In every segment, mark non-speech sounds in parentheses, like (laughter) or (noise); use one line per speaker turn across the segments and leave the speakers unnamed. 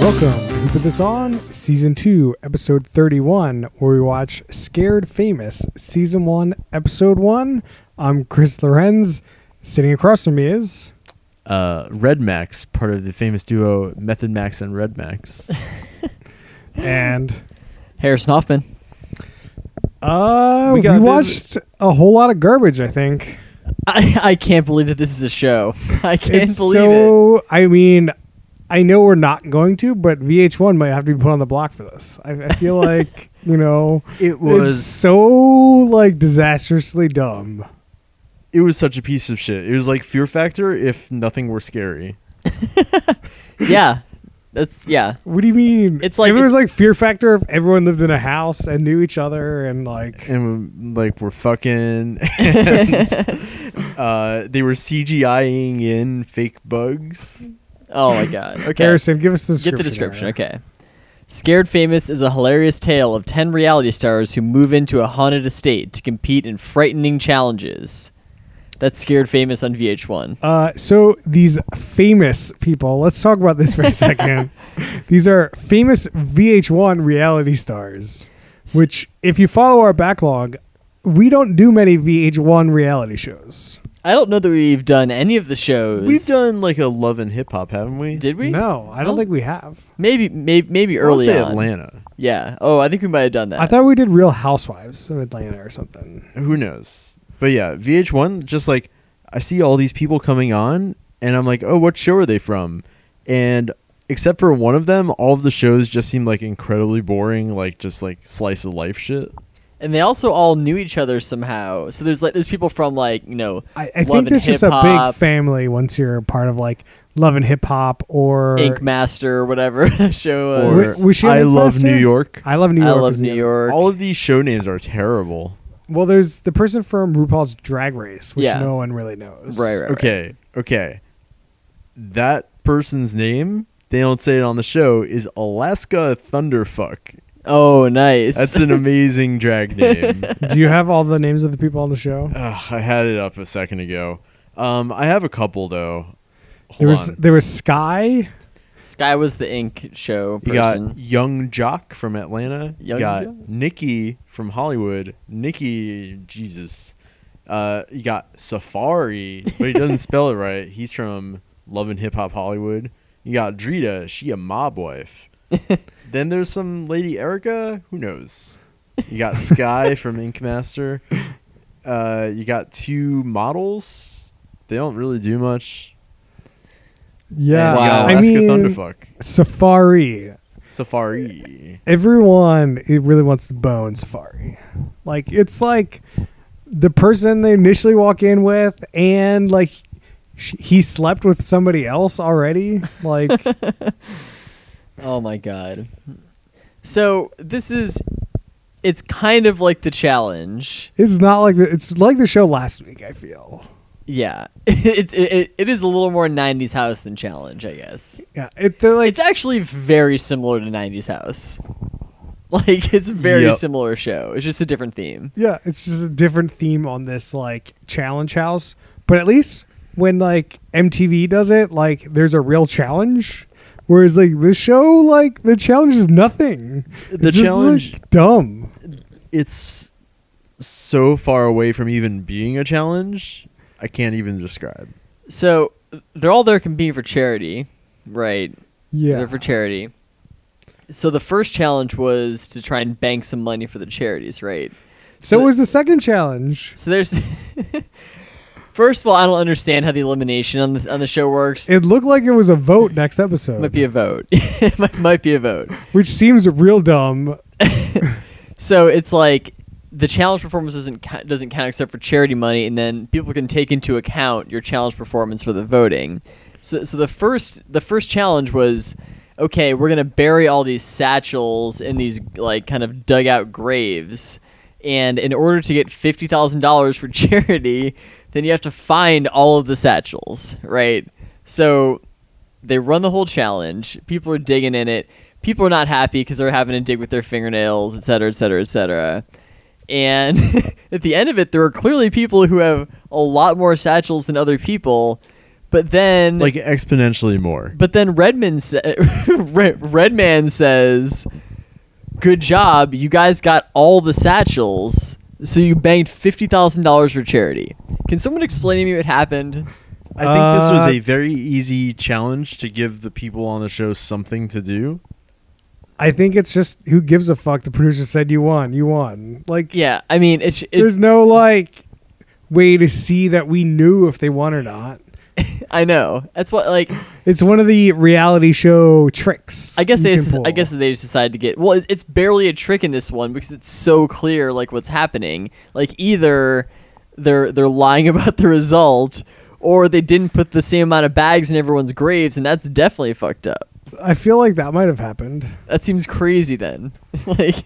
Welcome to Who Put This On, Season 2, Episode 31, where we watch Scared Famous, Season 1, Episode 1. I'm Chris Lorenz. Sitting across from me is.
uh, Red Max, part of the famous duo Method Max and Red Max.
And
Harrison Hoffman. (laughs)
uh,
We
we,
got a bit of-
watched a whole lot of garbage, I think.
I, I can't believe that this is a show. (laughs) I can't
it's
believe it.
so. I mean, I know we're not going to, but VH1 might have to be put on the block for this. I, I feel like, you know,
It
it's so, like, disastrously dumb.
It was such a piece of shit. It was like Fear Factor if nothing were scary.
Yeah. That's yeah.
What do you mean?
It's like-
if it was like Fear Factor if everyone lived in a house and knew each other and like
And like we're fucking. (laughs) And, uh, they were CGIing in fake bugs.
Oh
(laughs)
my god. Okay.
Harrison, give us the description.
Get the description.
Aaron.
Okay. Scared Famous is a hilarious tale of 10 reality stars who move into a haunted estate to compete in frightening challenges. That's Scared Famous on VH1.
Uh, so these famous people. Let's talk about this for
(laughs)
a second. these are famous VH1 reality stars, which, if you follow our backlog, we don't do many VH1 reality shows.
I don't know that we've done any of the shows.
We've done like a love and hip hop, haven't we?
Did we? Oh.
No, I don't
Well,
think we have.
Maybe maybe maybe
I wanna
early
say
on.
Atlanta.
Yeah. Oh, I think we might have done that.
I thought we did Real Housewives of Atlanta or something.
Who knows? But yeah, VH1. Just like I see all these people coming on, and I'm like, oh, what show are they from? And except for one of them, all of the shows just seem like incredibly boring, like just like slice of life shit.
and they also all knew each other somehow. So there's like there's people from like you know
I, I
Love
think
and
there's just a big
Hip-Hop.
family once you're part of like Love and Hip Hop or
Ink Master or whatever (laughs) show.
Or
was.
was she on
I
Ink
love
Master?
New York.
I Love New
I
York.
love
is the
New
other-
York.
All of these show names are terrible.
Well, there's the person from RuPaul's Drag Race, which
Yeah.
no one really knows.
right, right, right.
Okay, okay. That person's name, they don't say it on the show, is Alaska Thunderfuck.
Oh, nice.
That's
(laughs)
an amazing drag name.
Do you have all the names of the people on the show?
Ugh, I had it up a second ago. Um, I have a couple though. Hold
there was
on.
there was Sky.
Sky was the Ink show
You
person.
got Young Jock from Atlanta. You
Young
got
Jock?
Nikki from Hollywood. Nikki, Jesus. Uh, you got Safari, but he
(laughs)
doesn't spell it right. He's from Love and Hip Hop Hollywood. You got Drita. She a mob
(laughs)
wife. then there's some lady Erica. Who knows? You got
(laughs)
Sky from Ink Master. Uh, you got two models. They don't really do much.
Yeah,
And you got
Wow.
I
Alaska
mean
Thunderfuck.
Safari.
Safari.
Everyone it really wants to bone Safari. Like it's like the person they initially walk in with, and like sh he slept with somebody else already. Like.
Oh my god. So this is, it's kind of like the challenge.
It's not like the, it's like the show last week. I feel.
Yeah, (laughs) it's it, it, it is a little more '90s house than challenge, I guess.
Yeah, it they're like
It's actually very similar to '90s house. (laughs) Like it's a very
Yep.
similar show. It's just a different theme.
yeah, it's just a different theme on this like challenge house. But at least when like MTV does it, like there's a real challenge. Whereas like this show, like the challenge is nothing.
The
It's just, like,
challenge-
dumb.
it's so far away from even being a challenge. I can't even describe.
So they're all there competing for charity, right?
Yeah,
They're for charity. So the first challenge was to try and bank some money for the charities, right?
so was the second challenge.
So there's (laughs) First of all, I don't understand how the elimination on the on the show works. It
It looked like it was a vote next episode,
might be a vote. (laughs) it might, might be a vote.
which seems real dumb.
So it's like the challenge performance doesn't ca- doesn't count except for charity money, and then people can take into account your challenge performance for the voting. So, so the first the first challenge was, okay, we're gonna bury all these satchels in these like kind of dugout graves, and in order to get fifty thousand dollars for (laughs) charity, then you have to find all of the satchels, right? So they run the whole challenge. People are digging in it. People are not happy because they're having to dig with their fingernails, et cetera, et cetera, et cetera. (laughs) And at the end of it, there are clearly people who have a lot more satchels than other people, But then
like exponentially more.
But then Redman sa- (laughs) Red- Redman says, "Good job, you guys got all the satchels, so you banked fifty thousand dollars for charity." Can someone explain to me what happened?
I think this was
Uh,
a very easy challenge to give the people on the show something to do.
I think it's just who gives a fuck. The producer said you won, you won. Like
Yeah, I mean, it's
there's
it,
no like way to see that we knew if they won or not.
I know that's what like
It's one of the reality show tricks.
I guess
you
they
can
just, I
pull.
guess they just decided to get well. it's- It's barely a trick in this one because it's so clear like what's happening. Like either they're they're lying (laughs) about the result, or they didn't put the same amount of bags in everyone's graves, and that's definitely fucked up.
I feel like that might have happened.
That seems crazy. Then (laughs) like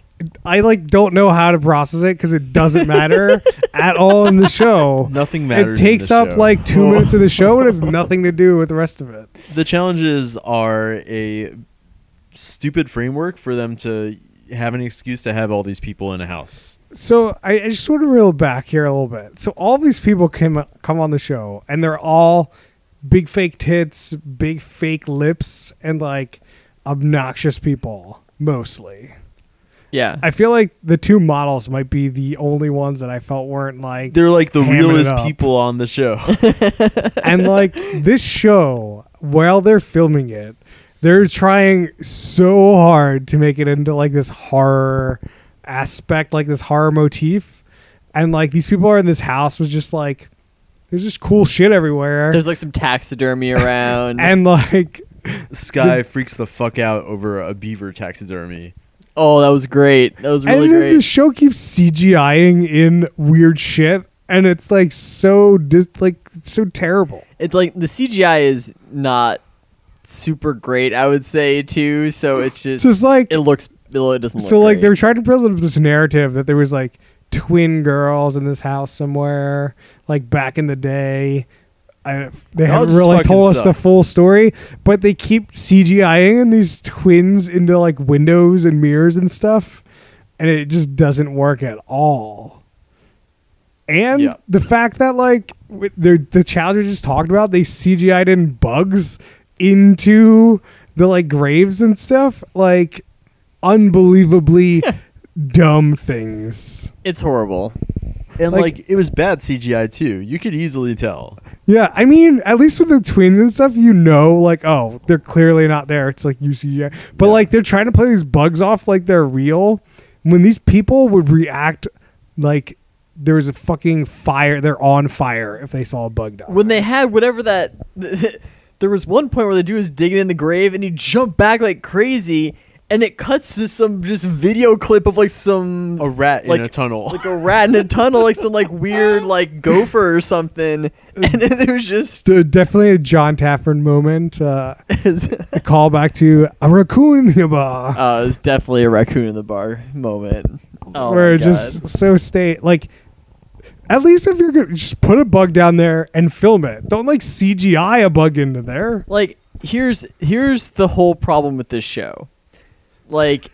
I like don't know how to process it because it doesn't
(laughs)
matter at all in the show.
Nothing
It
matters. in
takes
the
up
show.
like two minutes of the show
(laughs)
and has nothing to do with the rest of it.
the challenges are a stupid framework for them to have an excuse to have all these people in a house.
So I, I just want to reel back here a little bit. So all these people came come on the show, and they're all big fake tits, big fake lips, and like obnoxious people mostly.
yeah,
I feel like the two models might be the only ones that I felt weren't like.
They're like the
Hamming it
realest
up.
people on
(laughs)
the show.
and like this show, while they're filming it, they're trying so hard to make it into like this horror aspect, like this horror motif. And like these people are in this house was just like there's just cool shit everywhere.
there's like
(laughs)
some taxidermy around.
and like
Sky freaks the fuck out over a beaver taxidermy.
oh, that was great. That was really
and then the
great.
show keeps CGIing in weird shit and it's like so dis- like it's so terrible.
It's like the CGI is not super great. I would say too. So it's
It's
just
just like
it looks it doesn't.
so
look
like
great.
they were trying to build up this narrative that there was like twin girls in this house somewhere like back in the day I, they
That
haven't
just
really
fucking
told us the
sucks.
full story but they keep cgiing in these twins into like windows and mirrors and stuff and it just doesn't work at all and
Yeah.
the fact that like with the the child we just talked about they cgi'd in bugs into the like graves and stuff like
(laughs)
unbelievably dumb things
it's horrible.
And
Like-
like, it was bad CGI too. You could easily tell.
yeah i mean at least with the twins and stuff you know like oh they're clearly not there it's like ucgi but
Yeah.
like they're trying to play these bugs off like they're real when these people would react like there was a fucking fire they're on fire if they saw a bug die
when they had whatever that (laughs) there was one point where the dude was digging in the grave and he jumped back like crazy and it cuts to some just video clip of like some
A rat
Like-
in a tunnel.
like a rat in a tunnel like some like weird like gopher or something (laughs) and then there's just (laughs)
Dude, definitely a John Taffern moment. Uh,
uh, (laughs)
a callback to a raccoon in the bar,
it was definitely a raccoon in the bar moment oh
where
my
it's
God.
just so state like. At least if you're gonna just put a bug down there and film it, don't like CGI a bug into there.
like here's here's the whole problem with this show like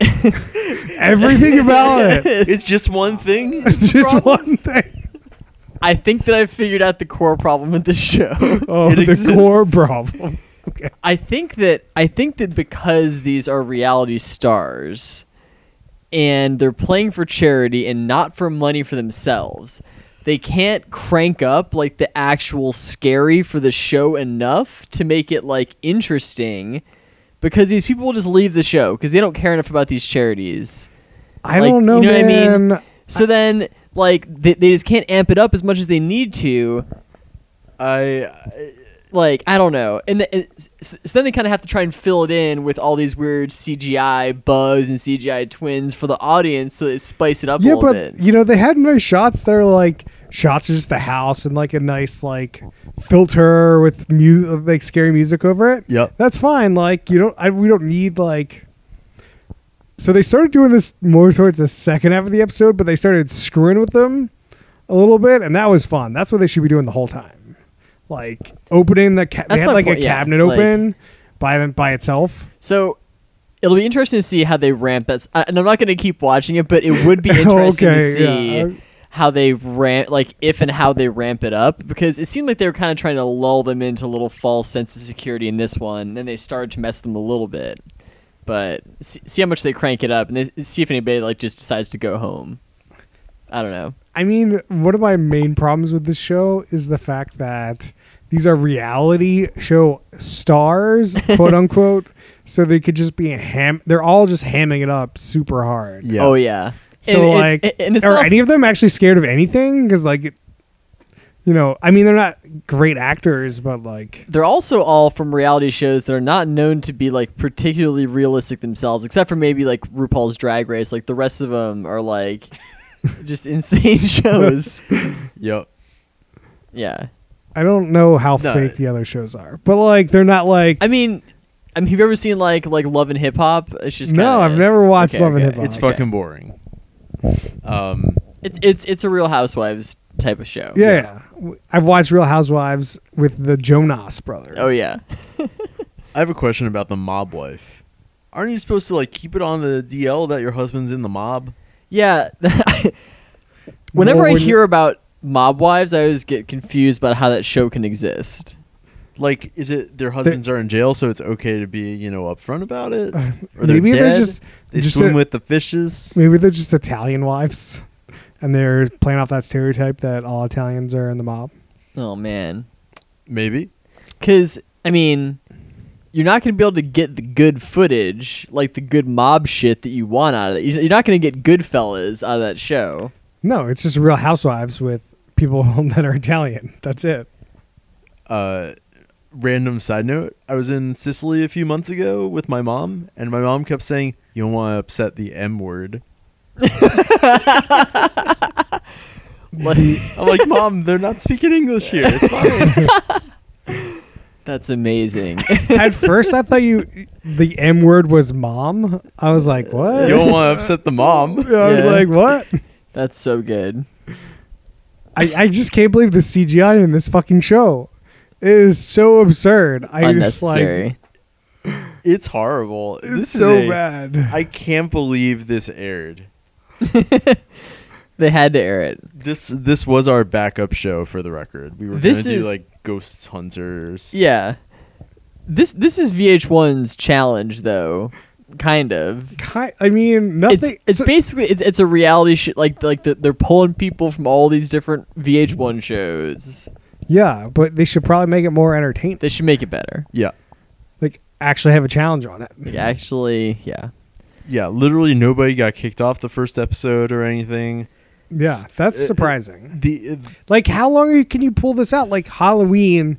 Everything (laughs) about
(laughs)
it,
(laughs) it's just one thing.
it's just one thing.
i think that i figured out the core problem with this show
Oh,
It
the
exists.
core problem. Okay.
I think that I think that because these are reality stars and they're playing for charity and not for money for themselves, they can't crank up like the actual scary for the show enough to make it like interesting because these people will just leave the show because they don't care enough about these charities.
I
Like,
don't know,
you know what I
man.
mean? So then like they, they just can't amp it up as much as they need to
I
like I don't know, and the, it- s- so then they kind of have to try and fill it in with all these weird CGI bugs and CGI twins for the audience, so they spice it up a
yeah, but
little bit.
you know they had nice shots. They're like shots of just the house and like a nice like filter with music, like scary music over it.
Yep.
that's fine. Like you don't, I, we don't need like. So they started doing this more towards the second half of the episode, but they started screwing with them a little bit, and that was fun. That's what they should be doing the whole time, like opening the ca- they
That's
had
my
like
point,
a
yeah,
cabinet
like-
open by them by itself.
So it'll
(laughs)
be interesting to see how they ramp that. s- I- And I'm not going to keep watching it, but it would be interesting
Okay,
to see
yeah, I-
how they ramp like if and how they ramp it up because it seemed like they were kind of trying to lull them into a little false sense of security in this one and then they started to mess them a little bit but see, see how much they crank it up and they, see if anybody like just decides to go home i don't know
I mean, one of my main problems with this show is the fact that these are reality show
(laughs)
stars, quote unquote. So they could just be a ham. They're all just hamming it up super hard.
Yeah.
oh yeah
So
And- and-
like,
and it's
are
not-
any of them actually scared of anything? Because like, it, you know, I mean, they're not great actors, but like,
they're also all from reality shows that are not known to be like particularly realistic themselves, except for maybe like RuPaul's Drag Race. Like the rest of them
(laughs)
are like just insane (laughs) shows.
Yep.
Yeah,
I don't know how
No.
fake the other shows are, but like, they're not like.
I mean, I mean, have you ever seen like like Love and Hip Hop? It's just
No,
kinda-
I've never watched
Okay,
Love and
okay.
Hip Hop.
It's
Okay.
fucking boring. Um,
It's it's it's a Real Housewives type of show.
yeah, yeah. W- I've watched Real Housewives with the Jonas brother.
Oh yeah. (laughs)
I have a question about the mob life. Aren't you supposed to like keep it on the DL that your husband's in the mob?
Yeah. (laughs) Whenever
Well,
I
when you-
hear about mob wives, I always get confused about how that show can exist.
Like, is it their husbands are in jail, so it's okay to be you know upfront about it? Or
maybe they're
dead?
just-
they
just
swim
a-
with the fishes.
Maybe they're just Italian wives, and they're playing off that stereotype that all Italians are in the mob.
Oh man.
Maybe.
Because, I mean, you're not going to be able to get the good footage, like the good mob shit that you want out of it. You're you're not going to get Goodfellas out of that show.
No, it's just Real Housewives with people (laughs) that are Italian. That's it.
uh, random side note i was in sicily a few months ago with my mom and my mom kept saying you don't want to upset the m word
(laughs) Like,
i'm like mom they're not speaking english here it's
(laughs)
fine
that's amazing.
(laughs)
(laughs)
At first, I thought you the M word was mom. I was like, what?
(laughs)
you don't want to upset the mom
(laughs) I was
Yeah.
like, what?
that's so good.
I, I just can't believe the CGI in this fucking show. It is so absurd. I just
Unnecessary.
like
it's horrible
it's
this
so
is a-
bad.
i can't believe this aired
they had to air it.
this this was our backup show for the record we were
This
gonna
is-
do like ghost hunters
Yeah. This this is VH1's challenge, though, kind of.
Ki- I mean, nothing.
It's it's
so-
basically it's it's a reality shit like like the, they're pulling people from all these different VH1 shows.
yeah, but they should probably make it more entertaining.
They should make it better.
yeah
like actually have a challenge on it. (laughs)
Like, actually, yeah.
yeah literally nobody got kicked off the first episode or anything
Yeah, that's
Uh, uh,
surprising.
the
Like, how long are you- can you pull this out? Like, Halloween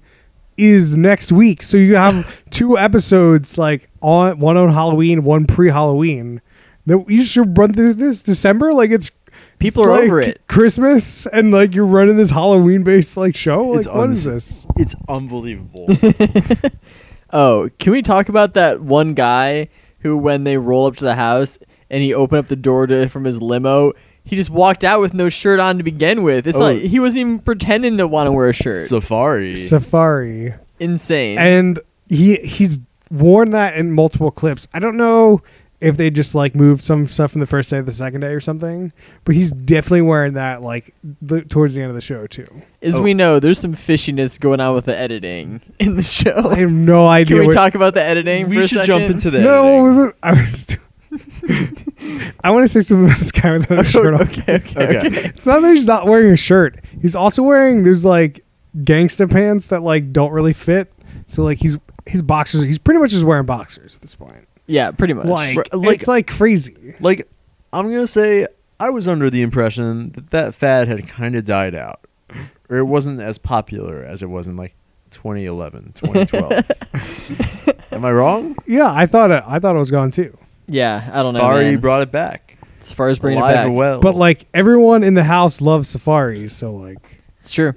is next week, so you have
(laughs)
two episodes, like on one on Halloween, one pre-Halloween. That you should run through this December. Like, it's
People
it's
are
like
over it.
Christmas, and like you're running this Halloween-based like show. Like,
It's
what is
uns-
this?
it's
(laughs)
unbelievable
Oh, can we talk about that one guy who, when they roll up to the house and he opened up the door to, from his limo, he just walked out with no shirt on to begin with. It's
Oh.
like he wasn't even pretending to want to wear a shirt.
Safari.
Safari.
Insane.
and he he's worn that in multiple clips. I don't know if they just like moved some stuff from the first day to the second day or something, but he's definitely wearing that like the, towards the end of the show too.
As
Oh.
we know, there's some fishiness going on with the editing (laughs) in the
I
show.
have no idea.
Can we
what-
talk about the editing?
we
for a
should
second?
jump into that.
No, I was. (laughs) I want to say something about this guy without a shirt on.
(laughs) (laughs) okay, okay,
(laughs) Okay.
(laughs) okay.
It's not that he's not wearing a shirt. He's also wearing those like gangsta pants that like don't really fit. So like he's his boxers. He's pretty much just wearing boxers at this point.
Yeah, pretty much.
Like,
like-
it's like crazy.
Like, I'm going to say I was under the impression that that fad had kind of died out. Or it wasn't as popular as it was in like 2011,
(laughs)
2012. Am I wrong?
Yeah, I thought it, I thought it was gone too.
yeah, I don't know.
Safari
man.
brought it back.
as far as bringing it
Alive
back,
and well.
But like everyone in the house loves Safari, so like
it's true.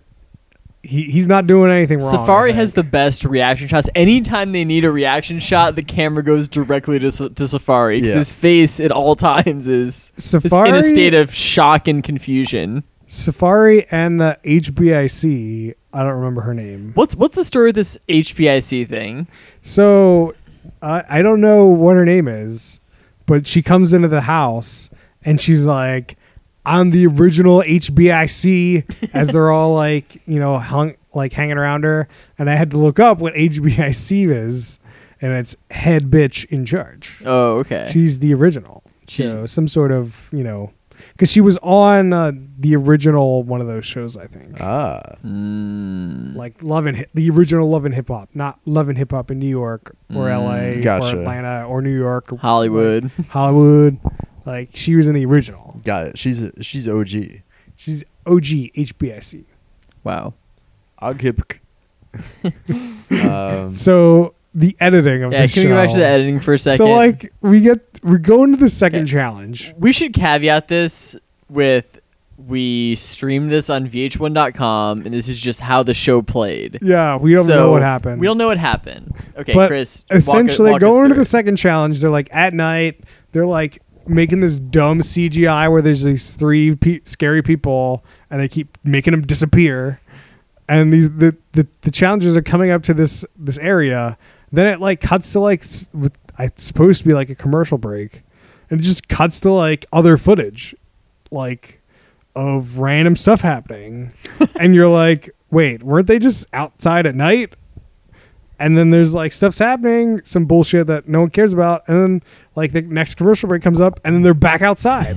he he's not doing anything wrong.
Safari
I
has the
think.
best reaction shots. Anytime they need a reaction shot, the camera goes directly to, Sa- to Safari because
Yeah.
his face at all (laughs) times is, is in
Safari-
a state of shock and confusion.
Safari and the HBIC. I don't remember her name.
What's what's the story with this HBIC thing?
So uh, I don't know what her name is, but she comes into the house and she's like, on the original HBIC as
(laughs)
they're all like, you know, hung like hanging around her. And I had to look up what HBIC is, and it's head bitch in charge.
Oh, okay.
She's the original. so
She's-
some sort of, you know, because she was on uh, the original one of those shows, I think,
Ah,
Uh. Mm.
like Love and Hi- the original Love and Hip Hop, not Love and Hip Hop in New York or
Mm.
L.A.
Gotcha.
or Atlanta or New York, or
Hollywood.
Hollywood. Like she was in the original.
got it. She's she's OG.
She's OG HBIC.
(laughs) Mm. Wow. (laughs)
Oghipk. (laughs) um,
So the editing of
Yeah,
this
can we
show.
go back to the editing for a second?
So like we get we go into the second
Okay.
challenge.
we should caveat this with we streamed this on VH1.com, and this is just how the show played.
Yeah, we don't
so
know what happened.
We don't know what happened. Okay,
but
Chris. walk us-
essentially
walk us
going into the
through it.
second challenge, they're like at night, they're like making this dumb CGI where there's these three pe- scary people and they keep making them disappear. And these the, the the challenges are coming up to this this area. Then it like cuts to like s- with- it's supposed to be like a commercial break, and it just cuts to like other footage, like of random stuff
(laughs)
happening, and you're like, wait, weren't they just outside at night? and then there's like stuff's happening, some bullshit that no one cares about, and then like the next commercial break comes up, and then they're back
(laughs)
outside.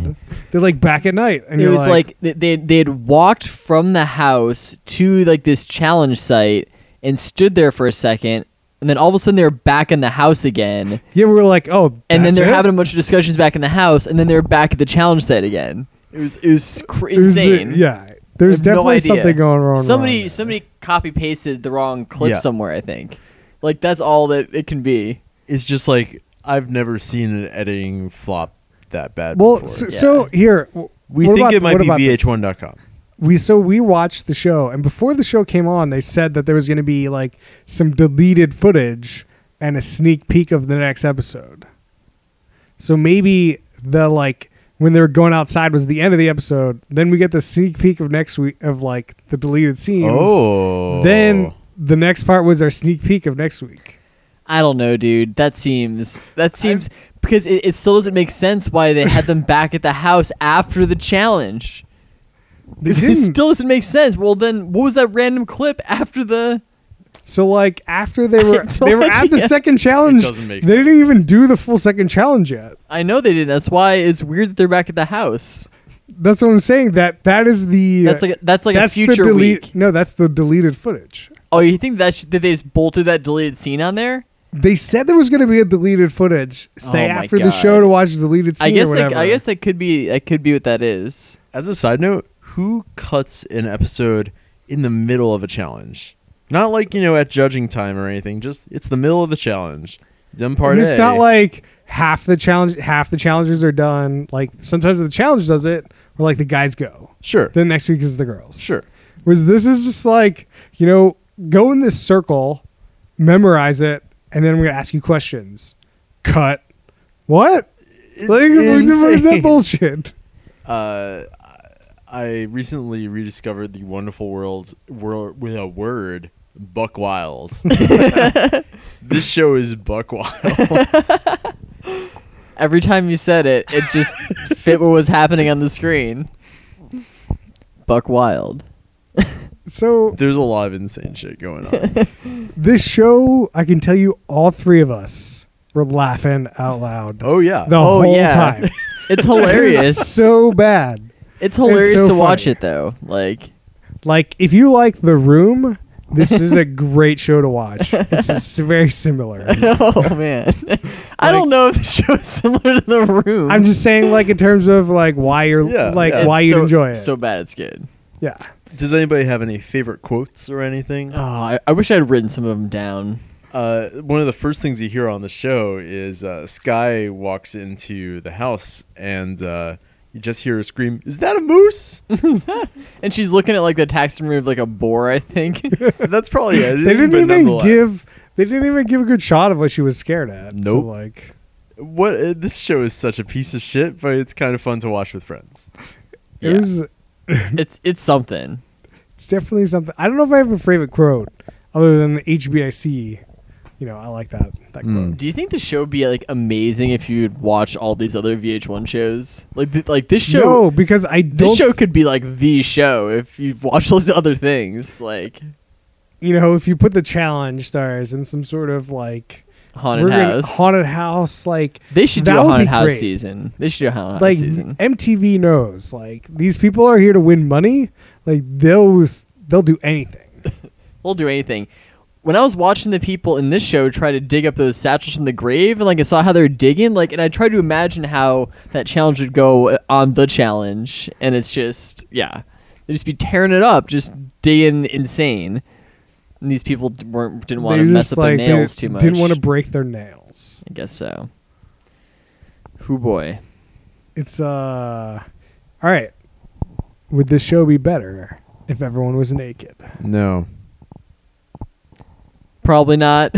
they're like back at night, and
it
you're
was like, they they they had walked from the house to like this challenge site and stood there for a second, and then all of a sudden they're back in the house again,
yeah, we were like, oh,
and then
that's
they're
it?
having a bunch of discussions back in the house, and then they're back at the challenge site again. It was it was cr-
It was the-
insane.
yeah, there's
have no
definitely
idea.
something going wrong.
Somebody
wrong.
somebody copy pasted the wrong clip
Yeah.
somewhere. I think, like that's all that it can be.
it's just like I've never seen an editing flop that bad.
Well,
before.
so, so here w-
we
what
think
about-
it might
what
be
about this?
VH1.com.
we so we watched the show and before the show came on they said that there was going to be like some deleted footage and a sneak peek of the next episode so maybe the like when they were going outside was the end of the episode then we get the sneak peek of next week of like the deleted scenes
Oh,
then the next part was our sneak peek of next week
I don't know, dude. That seems that seems because it, it still doesn't make sense why they had them back at the house after the challenge.
they
(laughs) It
didn't
still doesn't make sense. Well, then what was that random clip after the?
So like after
(laughs)
they were
have no
they were at the
idea.
second challenge,
doesn't make
they didn't
sense.
even do the full second challenge yet.
I know they didn't. That's why it's weird that they're back at the house.
That's what I'm saying. That that is the
That's like a, that's like a
the
future
delete.
week.
No, that's the deleted footage.
Oh, you think that, sh- that they just bolted that deleted scene on there?
They said there was going to be a deleted footage. Stay
Oh my
after the
God.
show to watch the deleted scene
I guess
or
that,
whatever.
I guess that could be that could be what that is.
as a side note, who cuts an episode in the middle of a challenge? Not like you know at judging time or anything. Just it's the middle of the challenge. Them part
And it's
A.
not like half the challenge half the challenges are done. Like sometimes the challenge does it, or like the guys go.
sure,
Then next week is the girls.
sure.
Whereas this is just like, you know, go in this circle, memorize it, and then we're gonna ask you questions. Cut. What? Like, what the fuck is that
insane.
bullshit?
Uh, I recently rediscovered the wonderful world world with a word
(laughs)
Buck Wild. (laughs) this show is Buck Wild. (laughs)
Every time you said it, it
(laughs)
just fit what was happening on the screen. Buck Wild.
So
There's a lot of insane shit going on.
this show, I can tell you, all three of us were laughing out loud
Oh yeah.
the
Oh,
whole
yeah.
time.
(laughs) It's hilarious.
It's (laughs) so bad.
It's hilarious
so
to watch
funny.
it though. Like
Like, if you like The Room, this is a great show to watch. It's s- very similar.
(laughs) oh man. (laughs) I don't know if the show is similar to the room.
I'm just saying, like, in terms of like why you're
Yeah,
like
yeah.
It's
why you
so-
would enjoy it.
So bad it's good.
yeah.
Does anybody have any favorite quotes or anything?
Uh,
Oh, I, I wish I'd written some of them down.
Uh, one of the first things you hear on the show is uh, Sky walks into the house and uh, you just hear her scream, "Is that
(laughs)
a moose?"
And she's looking at like the taxidermy of like a boar,
(laughs)
I think.
That's probably it.
they didn't
but
even
nonetheless.
give they didn't even give a good shot of what she was scared at. So
Nope.
like
What uh, this show is such a piece of shit, but it's kind of fun to watch with friends.
it
Yeah.
was
(laughs) it's it's something.
it's definitely something I don't know if I have a favorite quote other than the HBIC you know, I like that that
Mm.
quote.
Do you think the show would be like amazing if you'd watch all these other VH1 shows? Like, th- like this show,
no, because I don't.
this show could be like the show if you've watched all these other things, like
you know, if you put the challenge stars in some sort of like
Haunted
we're gonna-
House.
haunted house, like
they should
that
do a
would be
haunted house
great.
season. They should do a haunted
like
house season.
MTV knows, like these people are here to win money. Like they'll they'll do anything.
They'll do anything. When I was watching the people in this show try to dig up those satchels from the grave, and like I saw how they were digging, like, and I tried to imagine how that challenge would go uh, on the challenge, and it's just, yeah, they'd just be tearing it up, just digging insane. And these people d- weren't didn't want
they
to mess
just,
up
like,
their
they
nails too much.
Didn't want to break their nails.
I guess so. Who boy?
It's uh, all right. Would this show be better if everyone was naked?
No.
Probably not.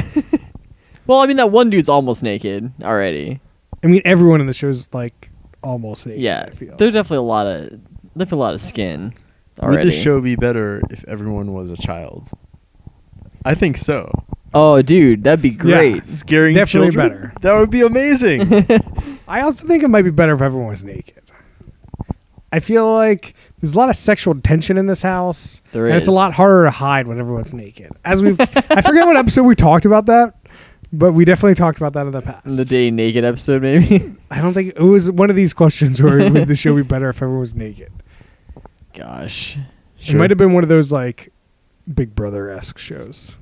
(laughs) well, I mean that one dude's almost naked already.
I mean, everyone in the show's like almost naked.
yeah,
I feel.
there's definitely a lot of definitely a lot of skin
Would
already.
this show be better if everyone was a child? I think so.
Oh, dude, that'd be
Yeah.
great.
Scaring
Definitely
children?
better.
That would
(laughs)
be amazing.
I also think it might be better if everyone was naked. I feel like there's a lot of sexual tension in this house.
There
and It's a
is.
lot harder to hide when everyone's naked. As we've, I forget what episode we talked about that, but we definitely talked about that in the past.
In the day naked episode, maybe. (laughs)
I don't think it was one of these questions where would the show be better if everyone was naked.
Gosh,
It might have been one of those like Big Brother esque shows.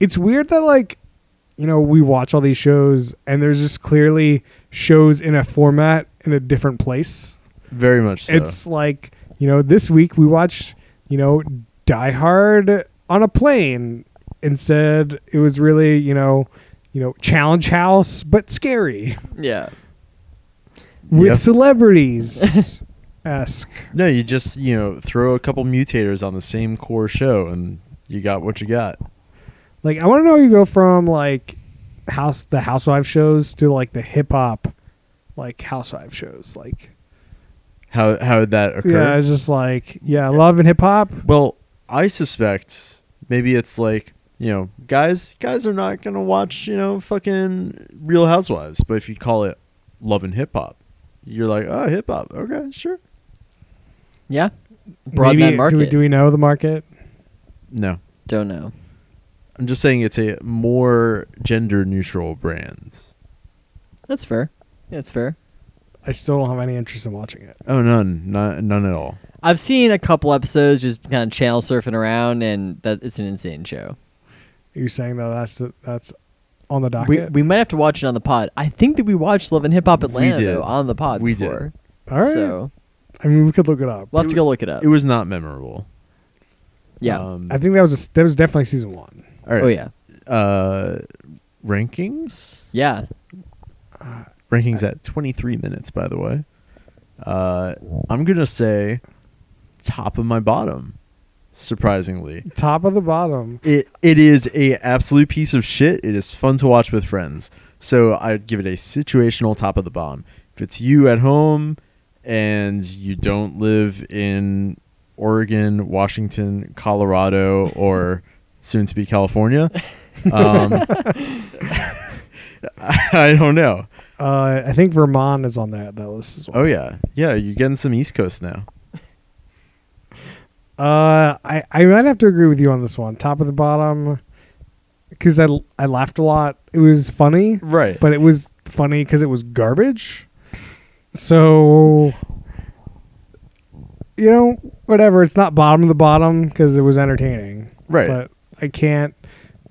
It's weird that like, you know, we watch all these shows and there's just clearly shows in a format in a different place.
Very much so.
It's like, you know, this week we watched, you know, Die Hard on a plane instead it was really, you know, you know, challenge house but scary
yeah.
with
Yep.
celebrities esque.
No, you just, you know, throw a couple mutators on the same core show and you got what you got.
Like I want to know how you go from like house the housewife shows to like the hip hop like housewife shows. Like
How how did that occur?
yeah, it's just like yeah, love and hip hop.
Well, I suspect maybe it's like, you know, guys guys are not gonna watch, you know, fucking real housewives, but if you call it love and hip hop, you're like, oh hip hop, okay, sure.
Yeah. Broadband
Maybe-
market.
Do we, do we know the market?
No.
Don't know.
I'm just saying it's a more gender neutral brand.
That's fair. That's fair.
I still don't have any interest in watching it.
Oh none. Not, none at all.
I've seen a couple episodes, just kind of channel surfing around, and that it's an insane show.
Are you saying that that's that's on the
We,
docket?
we might have to watch it on the pod. I think that we watched Love and Hip Hop Atlanta
did.
though, on the pod
We did.
before.
All right.
So
I mean, we could look it up.
we'll have to go look it up.
It was not memorable.
Uh, yeah.
Um,
I think that was a, s- that was definitely season one.
all right.
Oh yeah.
uh rankings
Yeah.
rankings at 23 minutes by the way uh i'm gonna say top of my bottom surprisingly
Top of the bottom.
it it is a absolute piece of shit it is fun to watch with friends so i'd give it a situational top of the bottom if it's you at home and you don't live in oregon washington colorado or soon to be california um, (laughs) I don't know.
Uh, I think Vermont is on that that list as well.
Oh yeah, yeah. You're getting some East Coast now.
Uh, I I might have to agree with you on this one. Top of the bottom, because I I laughed a lot. It was funny,
Right.
but it was funny because it was garbage. So, you know, whatever. It's not bottom of the bottom because it was entertaining.
Right.
But I can't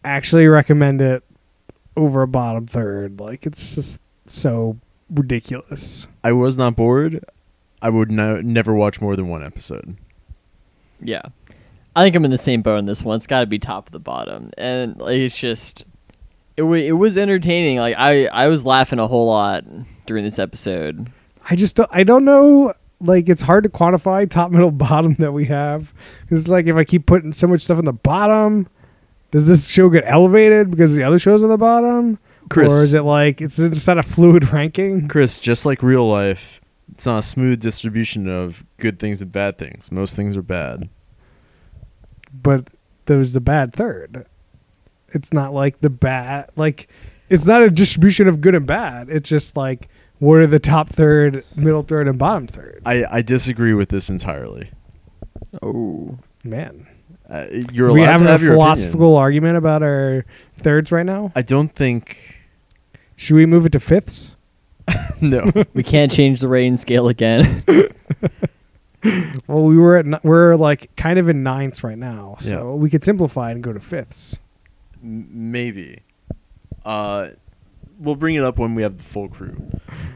actually recommend it over a bottom third. Like it's just so ridiculous.
I was not bored. I would no, never watch more than one episode.
Yeah. I think I'm in the same boat on this one. It's got to be top of the bottom. And like, it's just it wa it was entertaining. Like I I was laughing a whole lot during this episode.
I just don't, I don't know. Like it's hard to quantify top, (laughs) middle, bottom that we have. It's like if I keep putting so much stuff on the bottom, does this show get elevated because the other shows on the bottom,
Chris.
or is it like it's it's not a fluid (laughs) ranking?
Chris, just like real life, it's not a smooth distribution of good things and bad things. Most things are bad.
But there's the bad third. It's not like the bad like it's not a distribution of good and bad. It's just like what are the top third, middle third, and bottom third?
I, I disagree with this entirely.
Oh.
Man,
Uh, you're
we are
allowed
we
to
having
have
a
your
philosophical
Opinion.
argument about our thirds right now?
I don't think. (laughs)
Should we move it to fifths?
No.
We can't change the rating scale again.
Well, we were at ni- we're like kind of in ninths right now, so
Yeah.
we could simplify and go to fifths.
M- maybe. Uh, we'll bring it up when we have the full crew.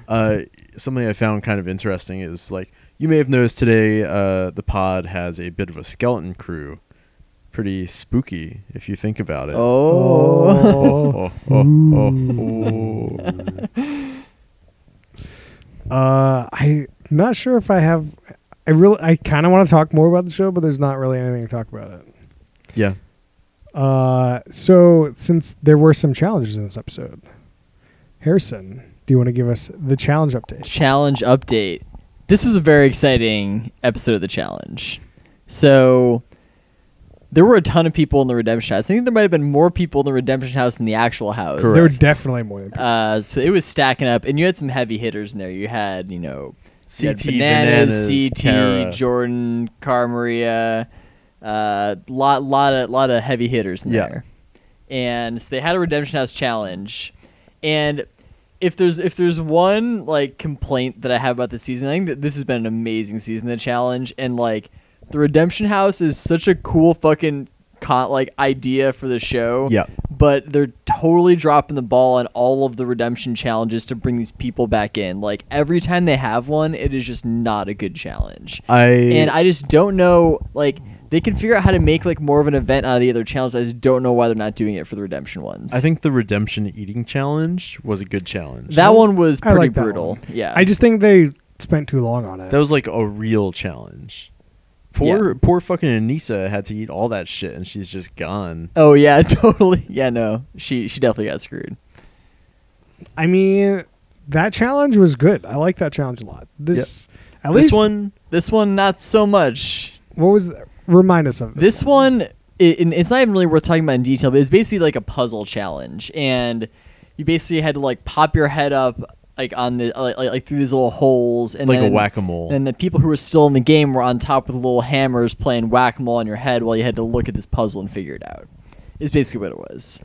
Uh, something I found kind of interesting is like you may have noticed today uh, the pod has a bit of a skeleton crew. Pretty spooky if you think about it.
Oh.
Oh, oh, oh, oh.
Uh, I'm not sure if I have. I really, I kind of want to talk more about the show, but there's not really anything to talk about it.
Yeah.
Uh, so since there were some challenges in this episode, Harrison, do you want to give us the challenge update?
challenge update. This was a very exciting episode of the challenge. So there were a ton of people in the redemption house. I think there might have been more people in the redemption house than the actual house.
There were
Correct.
definitely more than people.
Uh, so it was stacking up, and you had some heavy hitters in there. You had, you know, you had
CT, Bananas,
CT,
Kara.
Jordan, Car Maria, uh, lot, lot, of, lot of heavy hitters in
Yeah.
there. And so they had a Redemption House challenge, and if there's if there's one like complaint that I have about the season, I think that this has been an amazing season. The challenge and like the Redemption House is such a cool fucking con- like idea for the show
Yeah.
but they're totally dropping the ball on all of the redemption challenges to bring these people back in. Like every time they have one, it is just not a good challenge.
I
and I just don't know like they can figure out how to make like more of an event out of the other challenges. I just don't know why they're not doing it for the redemption ones.
I think the redemption eating challenge was a good challenge.
that one was
I
pretty
like that
brutal.
one.
Yeah.
I just think they spent too long on it.
That was like a real challenge. Poor poor fucking Anissa had to eat all that shit and she's just gone.
Oh yeah, (laughs) totally. Yeah, no. She she definitely got screwed.
I mean, that challenge was good. I like that challenge a lot. This, at
this
least
one
This one not so much.
What was? Remind us of this.
This one, it, and it's not even really worth talking about in detail, but it's basically like a puzzle challenge, and you basically had to like pop your head up like on the like, like, like through these little holes, and
like a
then-
whack a mole.
And the people who were still in the game were on top with little hammers playing whack a mole on your head while you had to look at this puzzle and figure it out. Is basically what it was.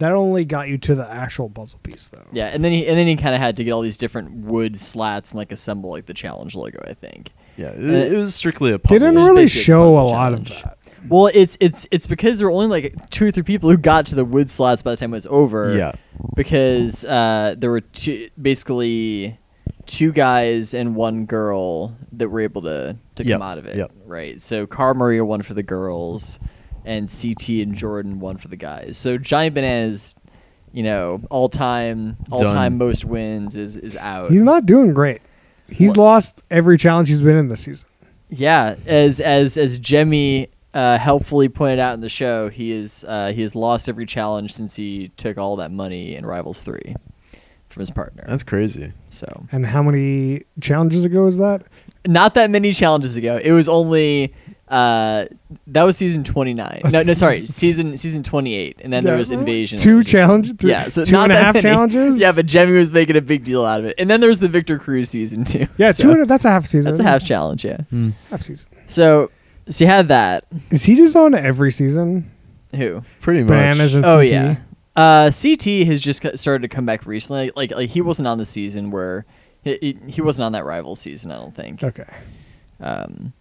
That only got you to the actual puzzle piece, though.
Yeah, and then he, and then you kind of had to get all these different wood slats and like assemble like the challenge logo. I think.
yeah, it, it was strictly a puzzle.
they didn't
was
really
basically a
show a
puzzle
lot of
challenge.
that.
Well, it's it's it's because there were only like two or three people who got to the wood slats by the time it was over.
Yeah.
Because uh, there were two, basically two guys and one girl that were able to to
Yep,
come out of it.
yep.
Right. So Car Maria won for the girls, and CT and Jordan won for the guys. So Johnny Bananas, you know, all time all time most wins is is out.
He's not doing great. He's
What?
lost every challenge he's been in this season.
Yeah, as as as Jemmy uh, helpfully pointed out in the show, he is uh, he has lost every challenge since he took all that money in Rivals Three from his partner.
That's crazy.
so
And how many challenges ago is that?
not that many challenges ago. It was only uh, that was season twenty nine. No,
(laughs)
no, sorry, season season twenty eight, and then there
Yeah.
was invasion.
Two
which is-
challenge, three,
yeah, so
two
not
and a
that
half
many. (laughs)
challenges.
Yeah, but Jemmy was making a big deal out of it, and then there was the Victor Cruz season too.
yeah,
so
two and a, that's a half season. Hmm.
That's a half challenge, yeah.
half season.
So, so you had that.
Is he just on every season?
Who?
Pretty much.
Bananas and
oh
CT.
yeah uh ct has just got- started to come back recently like like he wasn't on the season where he, he, he wasn't on that rival season i don't think
Okay.
um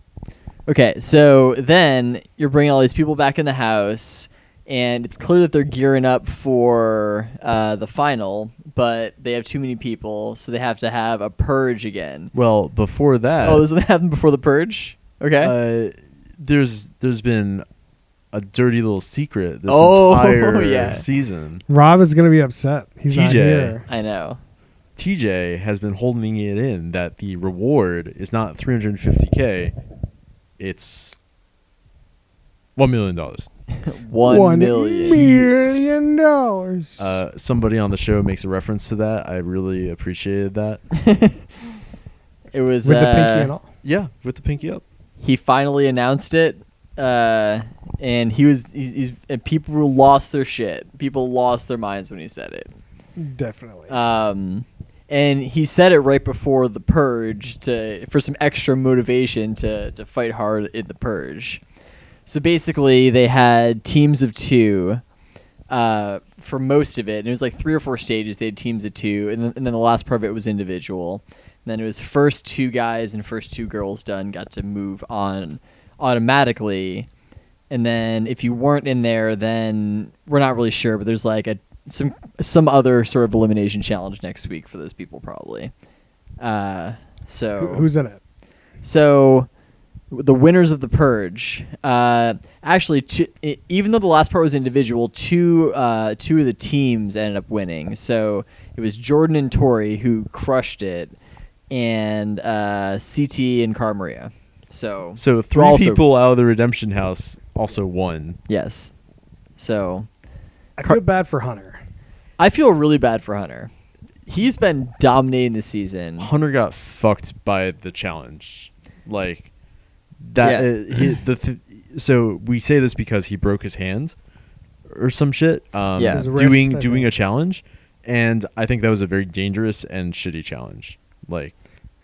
okay so then you're bringing all these people back in the house and it's clear that they're gearing up for uh, the final but they have too many people so they have to have a purge again
well, before that,
oh this is what happened before the purge okay
uh, there's there's been a dirty little secret this
Oh, (laughs)
entire
yeah.
season.
Rob is gonna be upset. He's not
TJ.
here.
i know
TJ has been holding it in that the reward is not 350k, it's one million dollars.
one million
million dollars.
Uh, somebody on the show makes a reference to that. I really appreciated
(laughs)
that.
it was
with the
uh,
pinky and all.
yeah, with the pinky up.
he finally announced it uh, and he was he's, he's and people lost their shit. People lost their minds when he said it.
Definitely.
Um, and he said it right before the purge to for some extra motivation to to fight hard in the purge. So basically, they had teams of two uh, for most of it, and it was like three or four stages. They had teams of two, and then, and then the last part of it was individual. And then it was first two guys and first two girls done got to move on automatically. And then if you weren't in there, then we're not really sure, but there's like a some some other sort of elimination challenge next week for those people probably. Uh, so
Who- who's in it?
so the winners of the purge. Uh, actually, two, e- even though the last part was individual, two uh, two of the teams ended up winning. So it was Jordan and Tori who crushed it, and uh, CT and Carmaria. So
So
They're
three
also-
people out of the redemption house also won.
yes, so
I
Car-
feel bad for Hunter.
I feel really bad for Hunter. He's been dominating the season.
Hunter got fucked by the challenge. Like that.
Yeah.
Uh, he, the th- so we say this because he broke his hand or some shit. Um,
Yeah.
His wrist,
doing
I
doing
think.
a challenge, and I think that was a very dangerous and shitty challenge. Like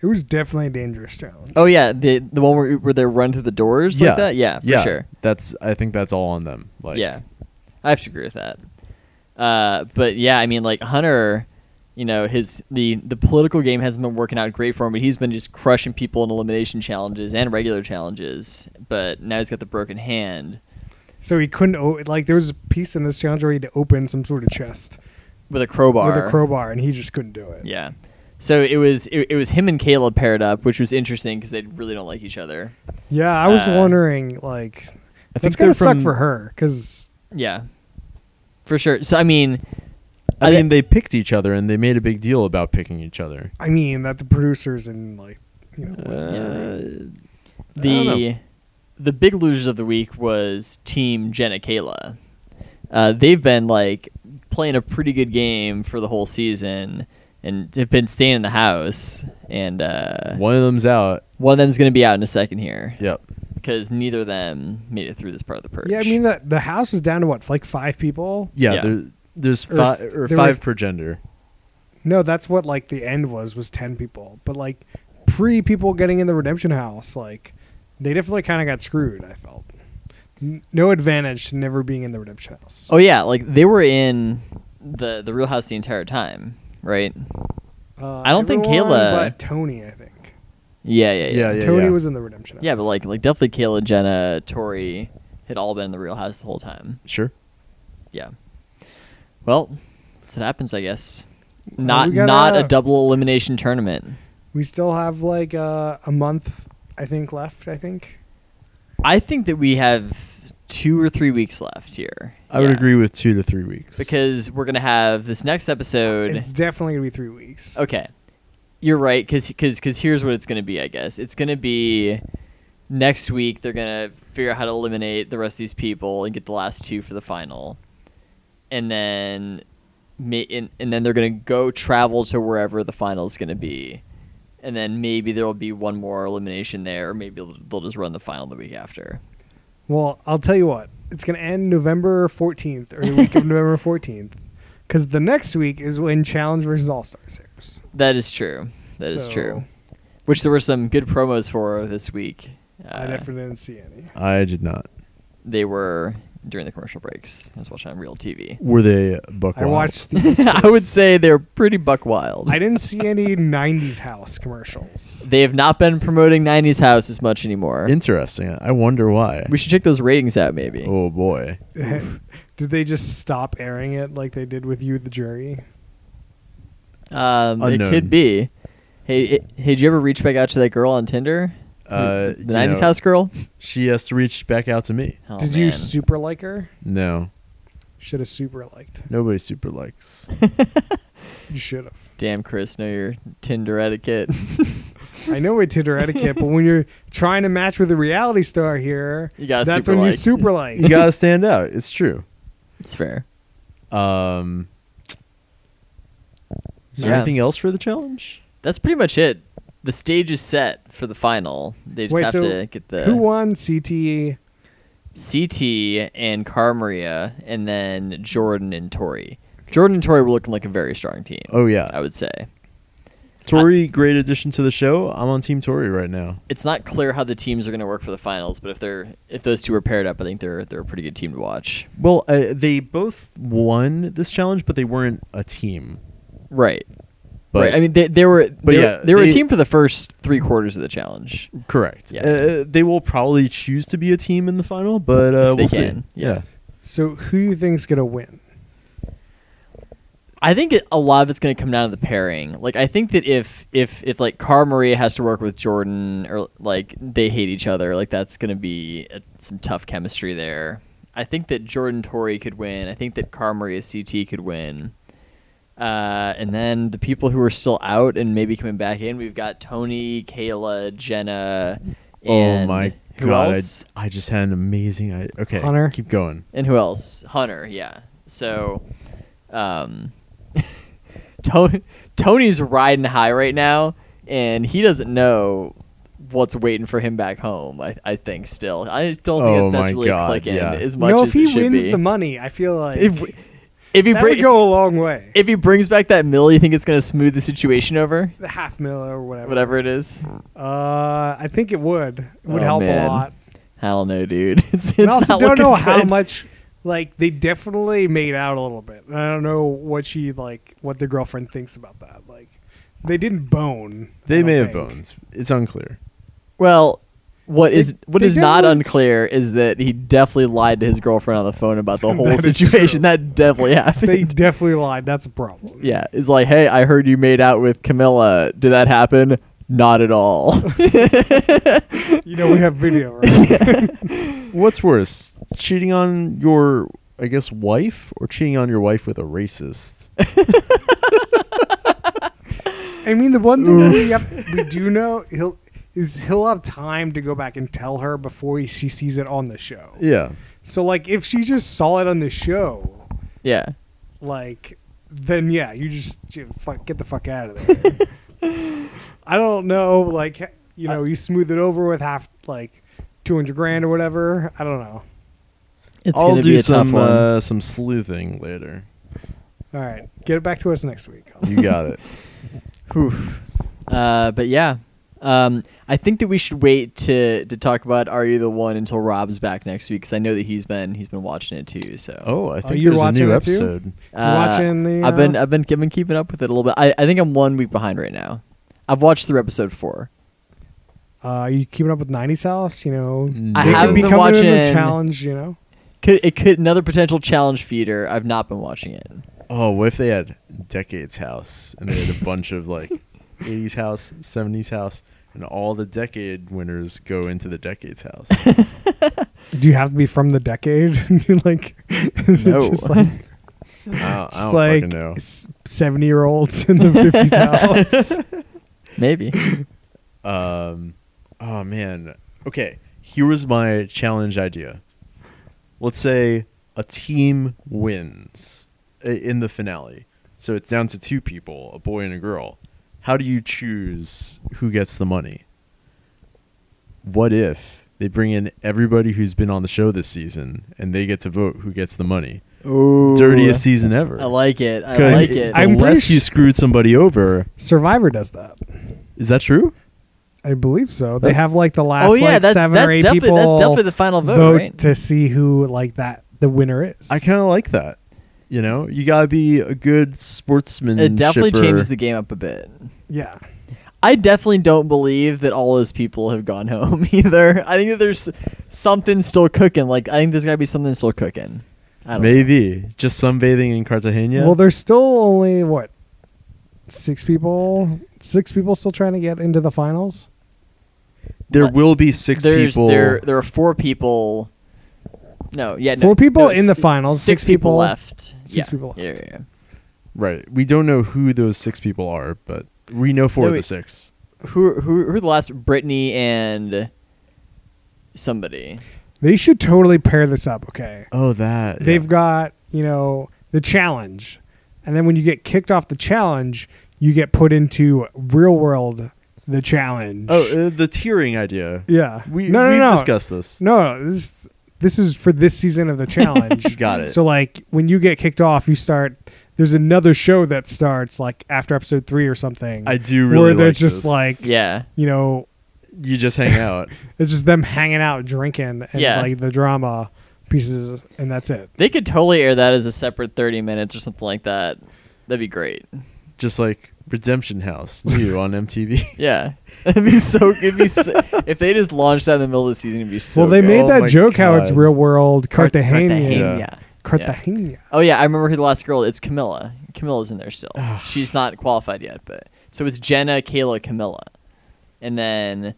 It was definitely a dangerous challenge.
Oh yeah, the the one where, where they run through the doors like that. Yeah, for sure.
That's I think that's all on them. Like
yeah, I have to agree with that. Uh, but yeah, I mean, like Hunter, you know, his the the political game hasn't been working out great for him, but he's been just crushing people in elimination challenges and regular challenges. But now he's got the broken hand
So he couldn't o- like there was a piece in this challenge where he had to open some sort of chest
with a crowbar.
with a crowbar, and he just couldn't do it.
Yeah. So it was it, it was him and Caleb paired up, which was interesting because they really don't like each other.
Yeah, I was
Uh,
wondering like
I
that's
think
gonna
they're
suck
from-
for her because
Yeah, for sure. So I mean,
I mean, they picked each other and they made a big deal about picking each other.
I mean that the producers and like you know
Uh, I don't
the
know.
the big losers of the week was Team Jenna Kayla. Uh, they've been like playing a pretty good game for the whole season and have been staying in the house. And uh,
One of them's out.
one of them's going to be out in a second here
Yep.
because neither of them made it through this part of the purge.
yeah I mean that the house is down to what like five people.
Yeah.
Yeah.
There, there's
Or
five
s-
or
there
five
was-
per gender.
No, that's what like the end was was ten people, but like pre people getting in the redemption house, like they definitely kind of got screwed. I felt N- no advantage to never being in the redemption house.
oh yeah, like they were in the the Real House the entire time, right?
Uh,
Oh, I don't think
everyone
Kayla-
but Tony. I think
Yeah, yeah, yeah.
Yeah, yeah.
Tony was in the redemption house.
Yeah, but like like definitely Kayla, Jenna, Tori had all been in the Real House the whole time.
Sure.
Yeah. Well, that's what happens, I guess.
Well,
Not
we gotta-
not a double elimination tournament.
we still have like uh, a month, I think, left. I think.
I think that we have two or three weeks left here.
I would
Yeah.
agree with two to three weeks.
because we're gonna have this next episode.
It's definitely gonna be three weeks.
Okay. You're right, because here's what it's going to be, I guess. It's going to be next week, they're going to figure out how to eliminate the rest of these people and get the last two for the final. And then. ma- And, and then they're going to go travel to wherever the final's going to be. And then maybe there will be one more elimination there, or maybe they'll, they'll just run the final the week after.
Well, I'll tell you what. It's gonna end November fourteenth or the week
(laughs)
of November fourteenth, because the next week is when Challenge versus All Star Series.
That is true. That is true. Which there were some good promos for this week.
I
Uh,
definitely didn't see any.
I did not.
they were during the commercial breaks. I was watching on real TV.
Were they buck?
I
wild?
watched the. East
(laughs) I
Coast.
would say they're pretty buck
(laughs)
wild.
I didn't see any '90s house commercials.
They have not been promoting '90s house as much anymore.
Interesting. I wonder why.
we should check those ratings out, maybe.
oh boy.
(laughs) Did they just stop airing it like they did with you, the jury?
Um, it
Unknown.
could be. Hey, it, hey, did you ever reach back out to that girl on Tinder?
Uh,
the, the
you
'90s
know, (laughs)
house girl.
She has to reach back out to me.
Oh,
Did you
man.
super like her?
No,
Should have super liked.
nobody super
(laughs)
likes.
You should have.
Damn, Chris, know your Tinder etiquette. (laughs)
I know we Tinder etiquette, but when you're trying to match with a reality star here,
You gotta
that's
super
when you
like. (laughs)
super like.
you gotta stand out. It's true.
it's fair.
Um, is there
Yes.
anything else for the challenge?
That's pretty much it. The stage is set for the final. They just
Wait,
have
so
to get the
E? Who won? CT
CT and Carmaria, and then Jordan and Tori. Jordan and Tori were looking like a very strong team.
Oh, yeah.
I would say
Tori, great addition to the show. I'm on Team Tori right now.
it's not clear how the teams are going to work for the finals, but if they're if those two are paired up, I think they're they're a pretty good team to watch.
Well, uh, they both won this challenge, but they weren't a team.
Right.
But
right. I mean, they, they were
But
they, were-
yeah,
they were a
they-
team for the first three quarters of the challenge.
correct.
Yeah.
Uh, they will probably choose to be a team in the final, but uh,
If they
we'll see.
can, yeah.
So who do you think's gonna win?
I think it, a lot of it's going to come down to the pairing. Like, I think that if if if like Car Maria has to work with Jordan, or like they hate each other, like that's going to be uh some tough chemistry there. I think that Jordan Tori could win. I think that Car Maria CT could win. Uh, and then the people who are still out and maybe coming back in, we've got Tony, Kayla, Jenna.
Oh
And
my
who
god!
else?
I, I just had an amazing. I- okay,
Hunter?
keep going.
And who else? Hunter, yeah. So, um, (laughs) Tony, Tony's riding high right now, and he doesn't know what's waiting for him back home. I, I think still, I don't think
Oh
that that's
my
really
God,
clicking
yeah.
as
You
much
know,
as
if he
it should
wins
be.
the money, I feel like
if, if he
that
bring,
would go a long way.
if he brings back that mill, you think it's gonna smooth the situation over,
the half mil or whatever.
whatever it is.
Uh, I think it would. It would
Oh,
help
man.
a lot.
I don't know, dude. (laughs) It's, (laughs) it's
I also
not
don't
looking
know how
good.
much. Like they definitely made out a little bit. And I don't know what she like, what the girlfriend thinks about that. Like, they didn't bone. I
They
don't
may have
think.
bones. It's unclear.
Well, what is what
they
is not
definitely-
unclear is that he definitely lied to his girlfriend on the phone about the whole
(laughs) That is
situation.
true.
That definitely happened.
They definitely lied. That's a problem.
(laughs) yeah, it's like, hey, I heard you made out with Camilla. Did that happen? Not at all.
(laughs)
(laughs)
You know, we have video. Right?
What's worse, cheating on your, I guess, wife, or cheating on your wife with a
(laughs)
racist?
I mean, the one thing that we have, we do know he'll is he'll have time to go back and tell her before he, she sees it on the show.
yeah.
So, like, if she just saw it on the show,
yeah,
like, then yeah, you just you fuck, get the fuck out of there. I don't know, like, you know, you smooth it over with half, like, two hundred grand or whatever. I don't know.
it's
I'll
gonna
do
be a
some
tough one.
Uh, some sleuthing later.
All right, get it back to us next week.
You got it.
Oof. Uh, but yeah, um, I think that we should wait to to talk about Are You the One until Rob's back next week because I know that he's been he's been watching it too. So
(laughs) Oh, I think
you're
there's a
watching
new
it too?
episode.
You watching the,
Uh, I've been
uh,
I've been I've been keeping up with it a little bit. I, I think I'm one week behind right now. I've watched through episode four.
Uh, you keeping up with '90s House? You know,
I
they could
haven't
be
been
coming in the
watching-
challenge. You know,
Could it could another potential challenge feeder? I've not been watching it.
Oh, what if they had Decades House and they had a bunch
(laughs)
of like 80s House, 70s House, and all the decade winners go into the
(laughs)
Decades House?
do you have to be from the decade? (laughs) like, is
No.
it just like
I don't, (laughs) I
just
don't fucking
like
know.
seventy year olds in the fifties house? (laughs)
Maybe.
Um, oh man. Okay, here was my challenge idea. Let's say a team wins i- in the finale, so it's down to two people, a boy and a girl. How do you choose who gets the money? What if they bring in everybody who's been on the show this season and they get to vote who gets the money?
Ooh.
Dirtiest season ever.
I like it. I
'Cause
like it.
I- I'm pretty
Unless
su-
you screwed somebody over,
Survivor does that,
is that true?
I believe so. They have
That's-
like the last
oh yeah,
like
that's,
seven
that's
or eight
definitely
people
that's definitely the final vote,
vote
right?
to see who like that the winner is.
I kind of like that. You know, you gotta be a good sportsman.
It definitely changes the game up a bit.
yeah.
I definitely don't believe that all those people have gone (laughs) home either. I think that there's something still cooking. Like I think there's got to be something still cooking. I don't know.
Maybe just sunbathing in Cartagena.
Well, there's still only what six people. Six people still trying to get into the finals.
there
uh,
will be six
there's
people.
there there are four people. No, yeah, no,
Four people
no,
in the
s-
finals,
Six,
six
people,
people-
left.
six
yeah.
people
Yeah,
left.
yeah, yeah.
Right. We don't know who those six people are, but we know four
No,
of
wait.
the six.
Who who who are the last? Brittany and somebody.
They should totally pair this up. Okay.
Oh, that. yeah.
They've got, you know, the challenge. And then when you get kicked off the challenge, you get put into real world the challenge.
Oh, uh, Oh, the tiering idea.
yeah.
We
no, no,
we've
no.
discussed this.
No, no, this this is for this season of
(laughs)
the challenge.
Got it.
So like when you get kicked off, you start. There's another show that starts like after episode three or something.
I do really
Where they're
like
just
this.
like
Yeah.
you know
you just hang out.
it's just them hanging out drinking and
Yeah.
like the drama pieces and that's it.
They could totally air that as a separate 30 minutes or something like that. That'd be great.
just like Redemption House new on MTV.
(laughs) Yeah. It'd be so it'd be so,
(laughs)
if they just launched that in the middle of the season it'd be so
well, they
good.
made
oh my
that joke how it's
God.
real world
Cart-
Cartagena.
Cartagena.
Cartagena.
Oh yeah, I remember who the last girl. It's Camilla. Camilla's in there still. She's not qualified yet, but so it's Jenna, Kayla, Camilla, and then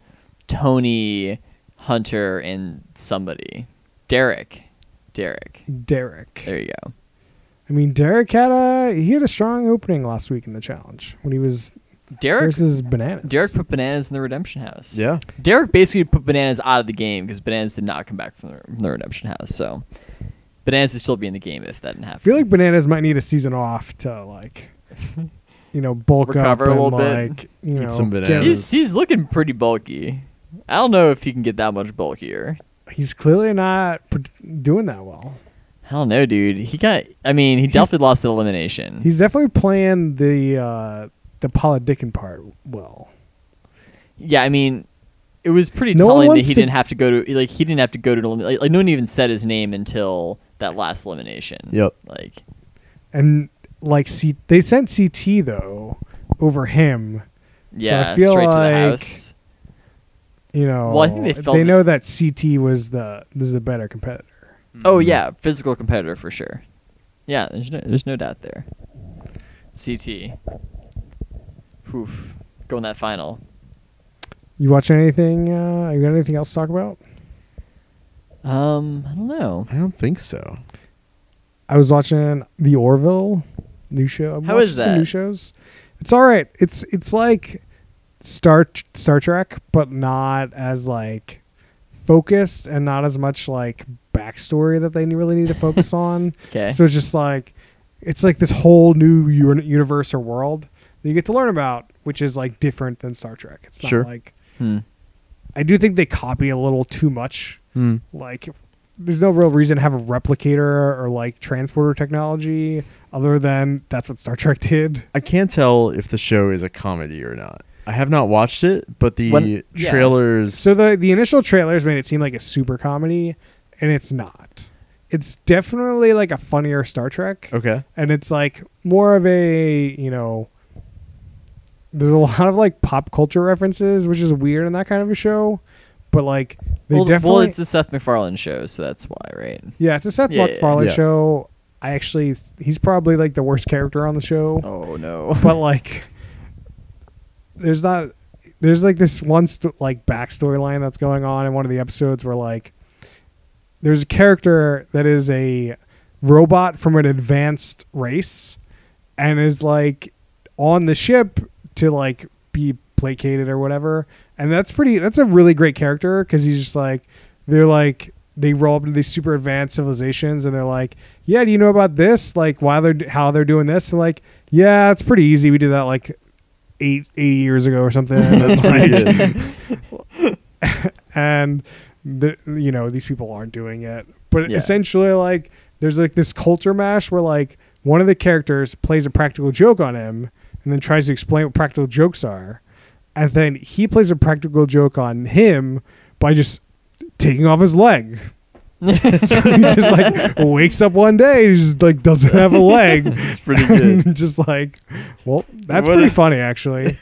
Tony, Hunter, and somebody. Derek. Derek.
Derek.
There you go.
I mean, Derek had a he had a strong opening last week in the challenge when he was
Derek.
versus bananas.
Derek put bananas in the Redemption House.
Yeah.
Derek basically put bananas out of the game because bananas did not come back from the, from the Redemption House. So bananas would still be in the game if that didn't happen.
I feel like bananas might need a season off to
(laughs)
like, you know, bulk
Recover
up
a
and
little bit.
like, you know,
Eat some
get-
bananas.
he's he's looking pretty bulky. I don't know if he can get that much bulkier.
he's clearly not pr- doing that well.
I don't know, dude. He got. I mean, he definitely lost the elimination.
He's definitely playing the uh the politicking part well.
yeah, I mean, it was pretty
No one
telling that he
wants to-
didn't have to go to like he didn't have to go to an elimi- like, like no one even said his name until that last elimination.
Yep.
Like,
And like, C- they sent CT though over him.
yeah,
so I feel
straight
like
to the house.
you know.
Well, I think they felt
they
it-
know that CT was the was the better competitor.
Oh yeah, physical competitor for sure. Yeah, there's no there's no doubt there. CT. Oof. Go in that final.
You watching anything? Uh, you got anything else to talk about?
Um, I don't know.
I don't think so.
I was watching The Orville new show. I'm
How
watching
is
Some new
that?
shows. It's all right. It's it's like Star Star Trek, but not as like focused and not as much like backstory that they really need to
(laughs)
focus on.
'Kay.
So it's just like it's like this whole new uni- universe or world that you get to learn about, which is like different than Star Trek. It's not
Sure.
like
Hmm.
I do think they copy a little too much
Hmm.
like there's no real reason to have a replicator or like transporter technology other than that's what Star Trek (laughs) did.
I can't tell if the show is a comedy or not. I have not watched it, but the
When- yeah.
trailers.
So the the initial trailers made it seem like a super comedy and it's not. It's definitely like a funnier Star Trek (laughs)
okay.
and it's like more of a, you know, there's a lot of like pop culture references, which is weird in that kind of a show, but like they
Well,
definitely
well, it's a Seth MacFarlane show, so that's why,
(laughs)
right?
Yeah, it's a Seth
Yeah, yeah,
MacFarlane
yeah.
show. I actually he's probably like the worst character on the show.
Oh no.
(laughs) but like there's not there's like this one st- like backstory line that's going on in one of the episodes where like there's a character that is a robot from an advanced race and is like on the ship to like be placated or whatever and that's pretty that's a really great character because he's just like they're like they roll up into these super advanced civilizations and they're like yeah do you know about this like why they're how they're doing this and like yeah it's pretty easy we did that like eight 80 years ago or something (laughs)
That's pretty (laughs) good.
and the, you know these people aren't doing it but
Yeah.
essentially like there's like this culture mash where like one of the characters plays a practical joke on him and then tries to explain what practical jokes are and then he plays a practical joke on him by just taking off his
(laughs)
leg so he just like wakes up one day and he just like doesn't have a leg
It's (laughs) pretty
(laughs)
good.
just like, well, that's
What
pretty
a-
funny
(laughs)
actually.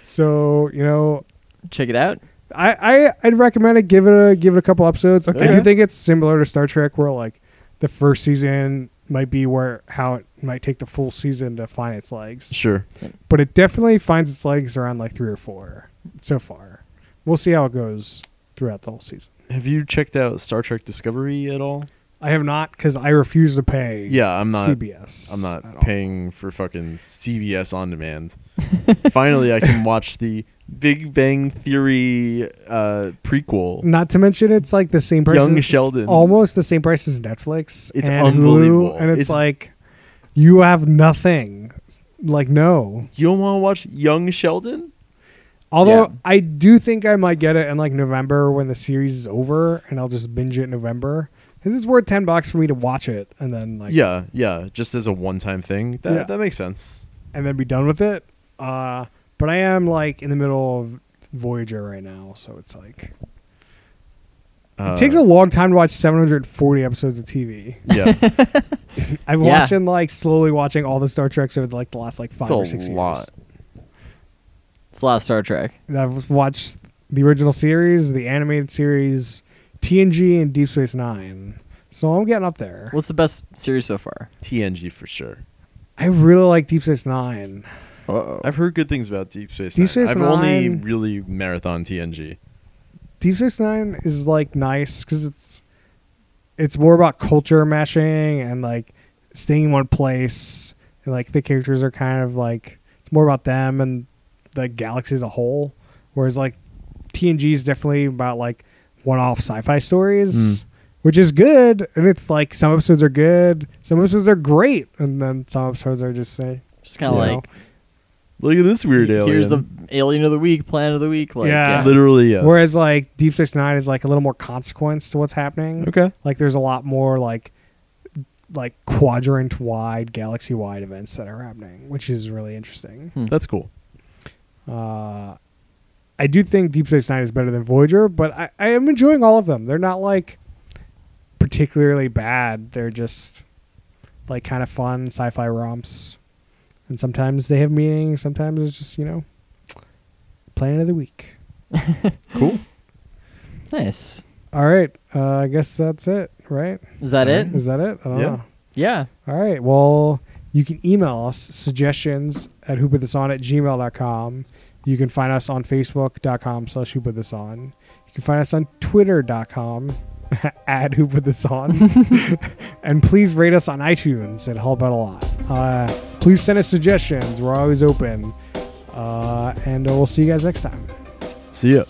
so you know,
Check it out.
I, I I'd recommend it. Give it a give it a couple episodes. I do
Okay.
think it's similar to Star Trek, where like the first season might be where how it might take the full season to find its legs,
Sure.
but it definitely finds its legs around like three or four so far. We'll see how it goes throughout the whole season.
Have you checked out Star Trek Discovery at all?
I have not because I refuse to pay.
Yeah, I'm not.
CBS.
I'm
at all.
not paying for fucking CBS on demand. (laughs) Finally, I can watch the Big Bang Theory uh, prequel.
Not to mention, it's like the same price.
Young
as, it's
Sheldon.
almost the same price as Netflix.
It's
and
unbelievable.
Hulu, and it's,
It's-
like you have nothing. Like no,
You don't want to watch Young Sheldon?
Although
Yeah.
I do think I might get it in like November when the series is over, and I'll just binge it in November because it's worth ten bucks for me to watch it and then like
yeah, yeah. Just as a one-time thing, that
Yeah.
that makes sense.
and then be done with it. Uh, but I am like in the middle of Voyager right now, so it's like
Uh,
it takes a long time to watch 740 episodes of TV.
yeah.
(laughs) I'm
Yeah.
watching like slowly watching all the Star Treks over like the last like five
It's a
or six
lot.
years.
It's a lot of Star Trek.
And I've watched the original series, the animated series, TNG, and Deep Space Nine. So I'm getting up there.
What's the best series so far?
TNG for sure.
I really like Deep Space Nine.
Uh-oh.
I've heard good things about Deep Space
Deep
Nine.
Space
I've only
Nine-
really marathon TNG.
Deep Space Nine is like nice because it's it's more about culture meshing and like staying in one place. And like the characters are kind of like it's more about them and the galaxy as a whole. Whereas like TNG is definitely about like one-off sci-fi stories,
Mm.
which is good. And it's like some episodes are good, some episodes are great, and then some episodes are just say,
Just kind of
you know,
like
Look at this weird alien.
here's the alien of the week, planet of the week. Like,
Yeah.
literally yes.
Whereas like Deep Space Nine is like a little more consequence to what's happening.
okay,
Like there's a lot more like like quadrant wide, galaxy wide events that are happening, which is really interesting.
Hmm.
that's cool.
Uh, I do think Deep Space Nine is better than Voyager, but I, I am enjoying all of them. They're not like particularly bad. They're just like kind of fun sci-fi romps, and sometimes they have meaning. Sometimes it's just you know, planet of the week.
Cool.
Nice.
All right, uh, I guess that's it, right?
Is that it?
Is that it? I don't
Yeah.
know.
Yeah.
All right. Well, you can email us suggestions at who put this on at gmail.com. You can find us on Facebook.com slash who put this on. You can find us on Twitter.com (laughs) at who put this on. and please rate us on iTunes. It helps out a lot. Uh, please send us suggestions. We're always open. Uh, and we'll see you guys next time.
See ya.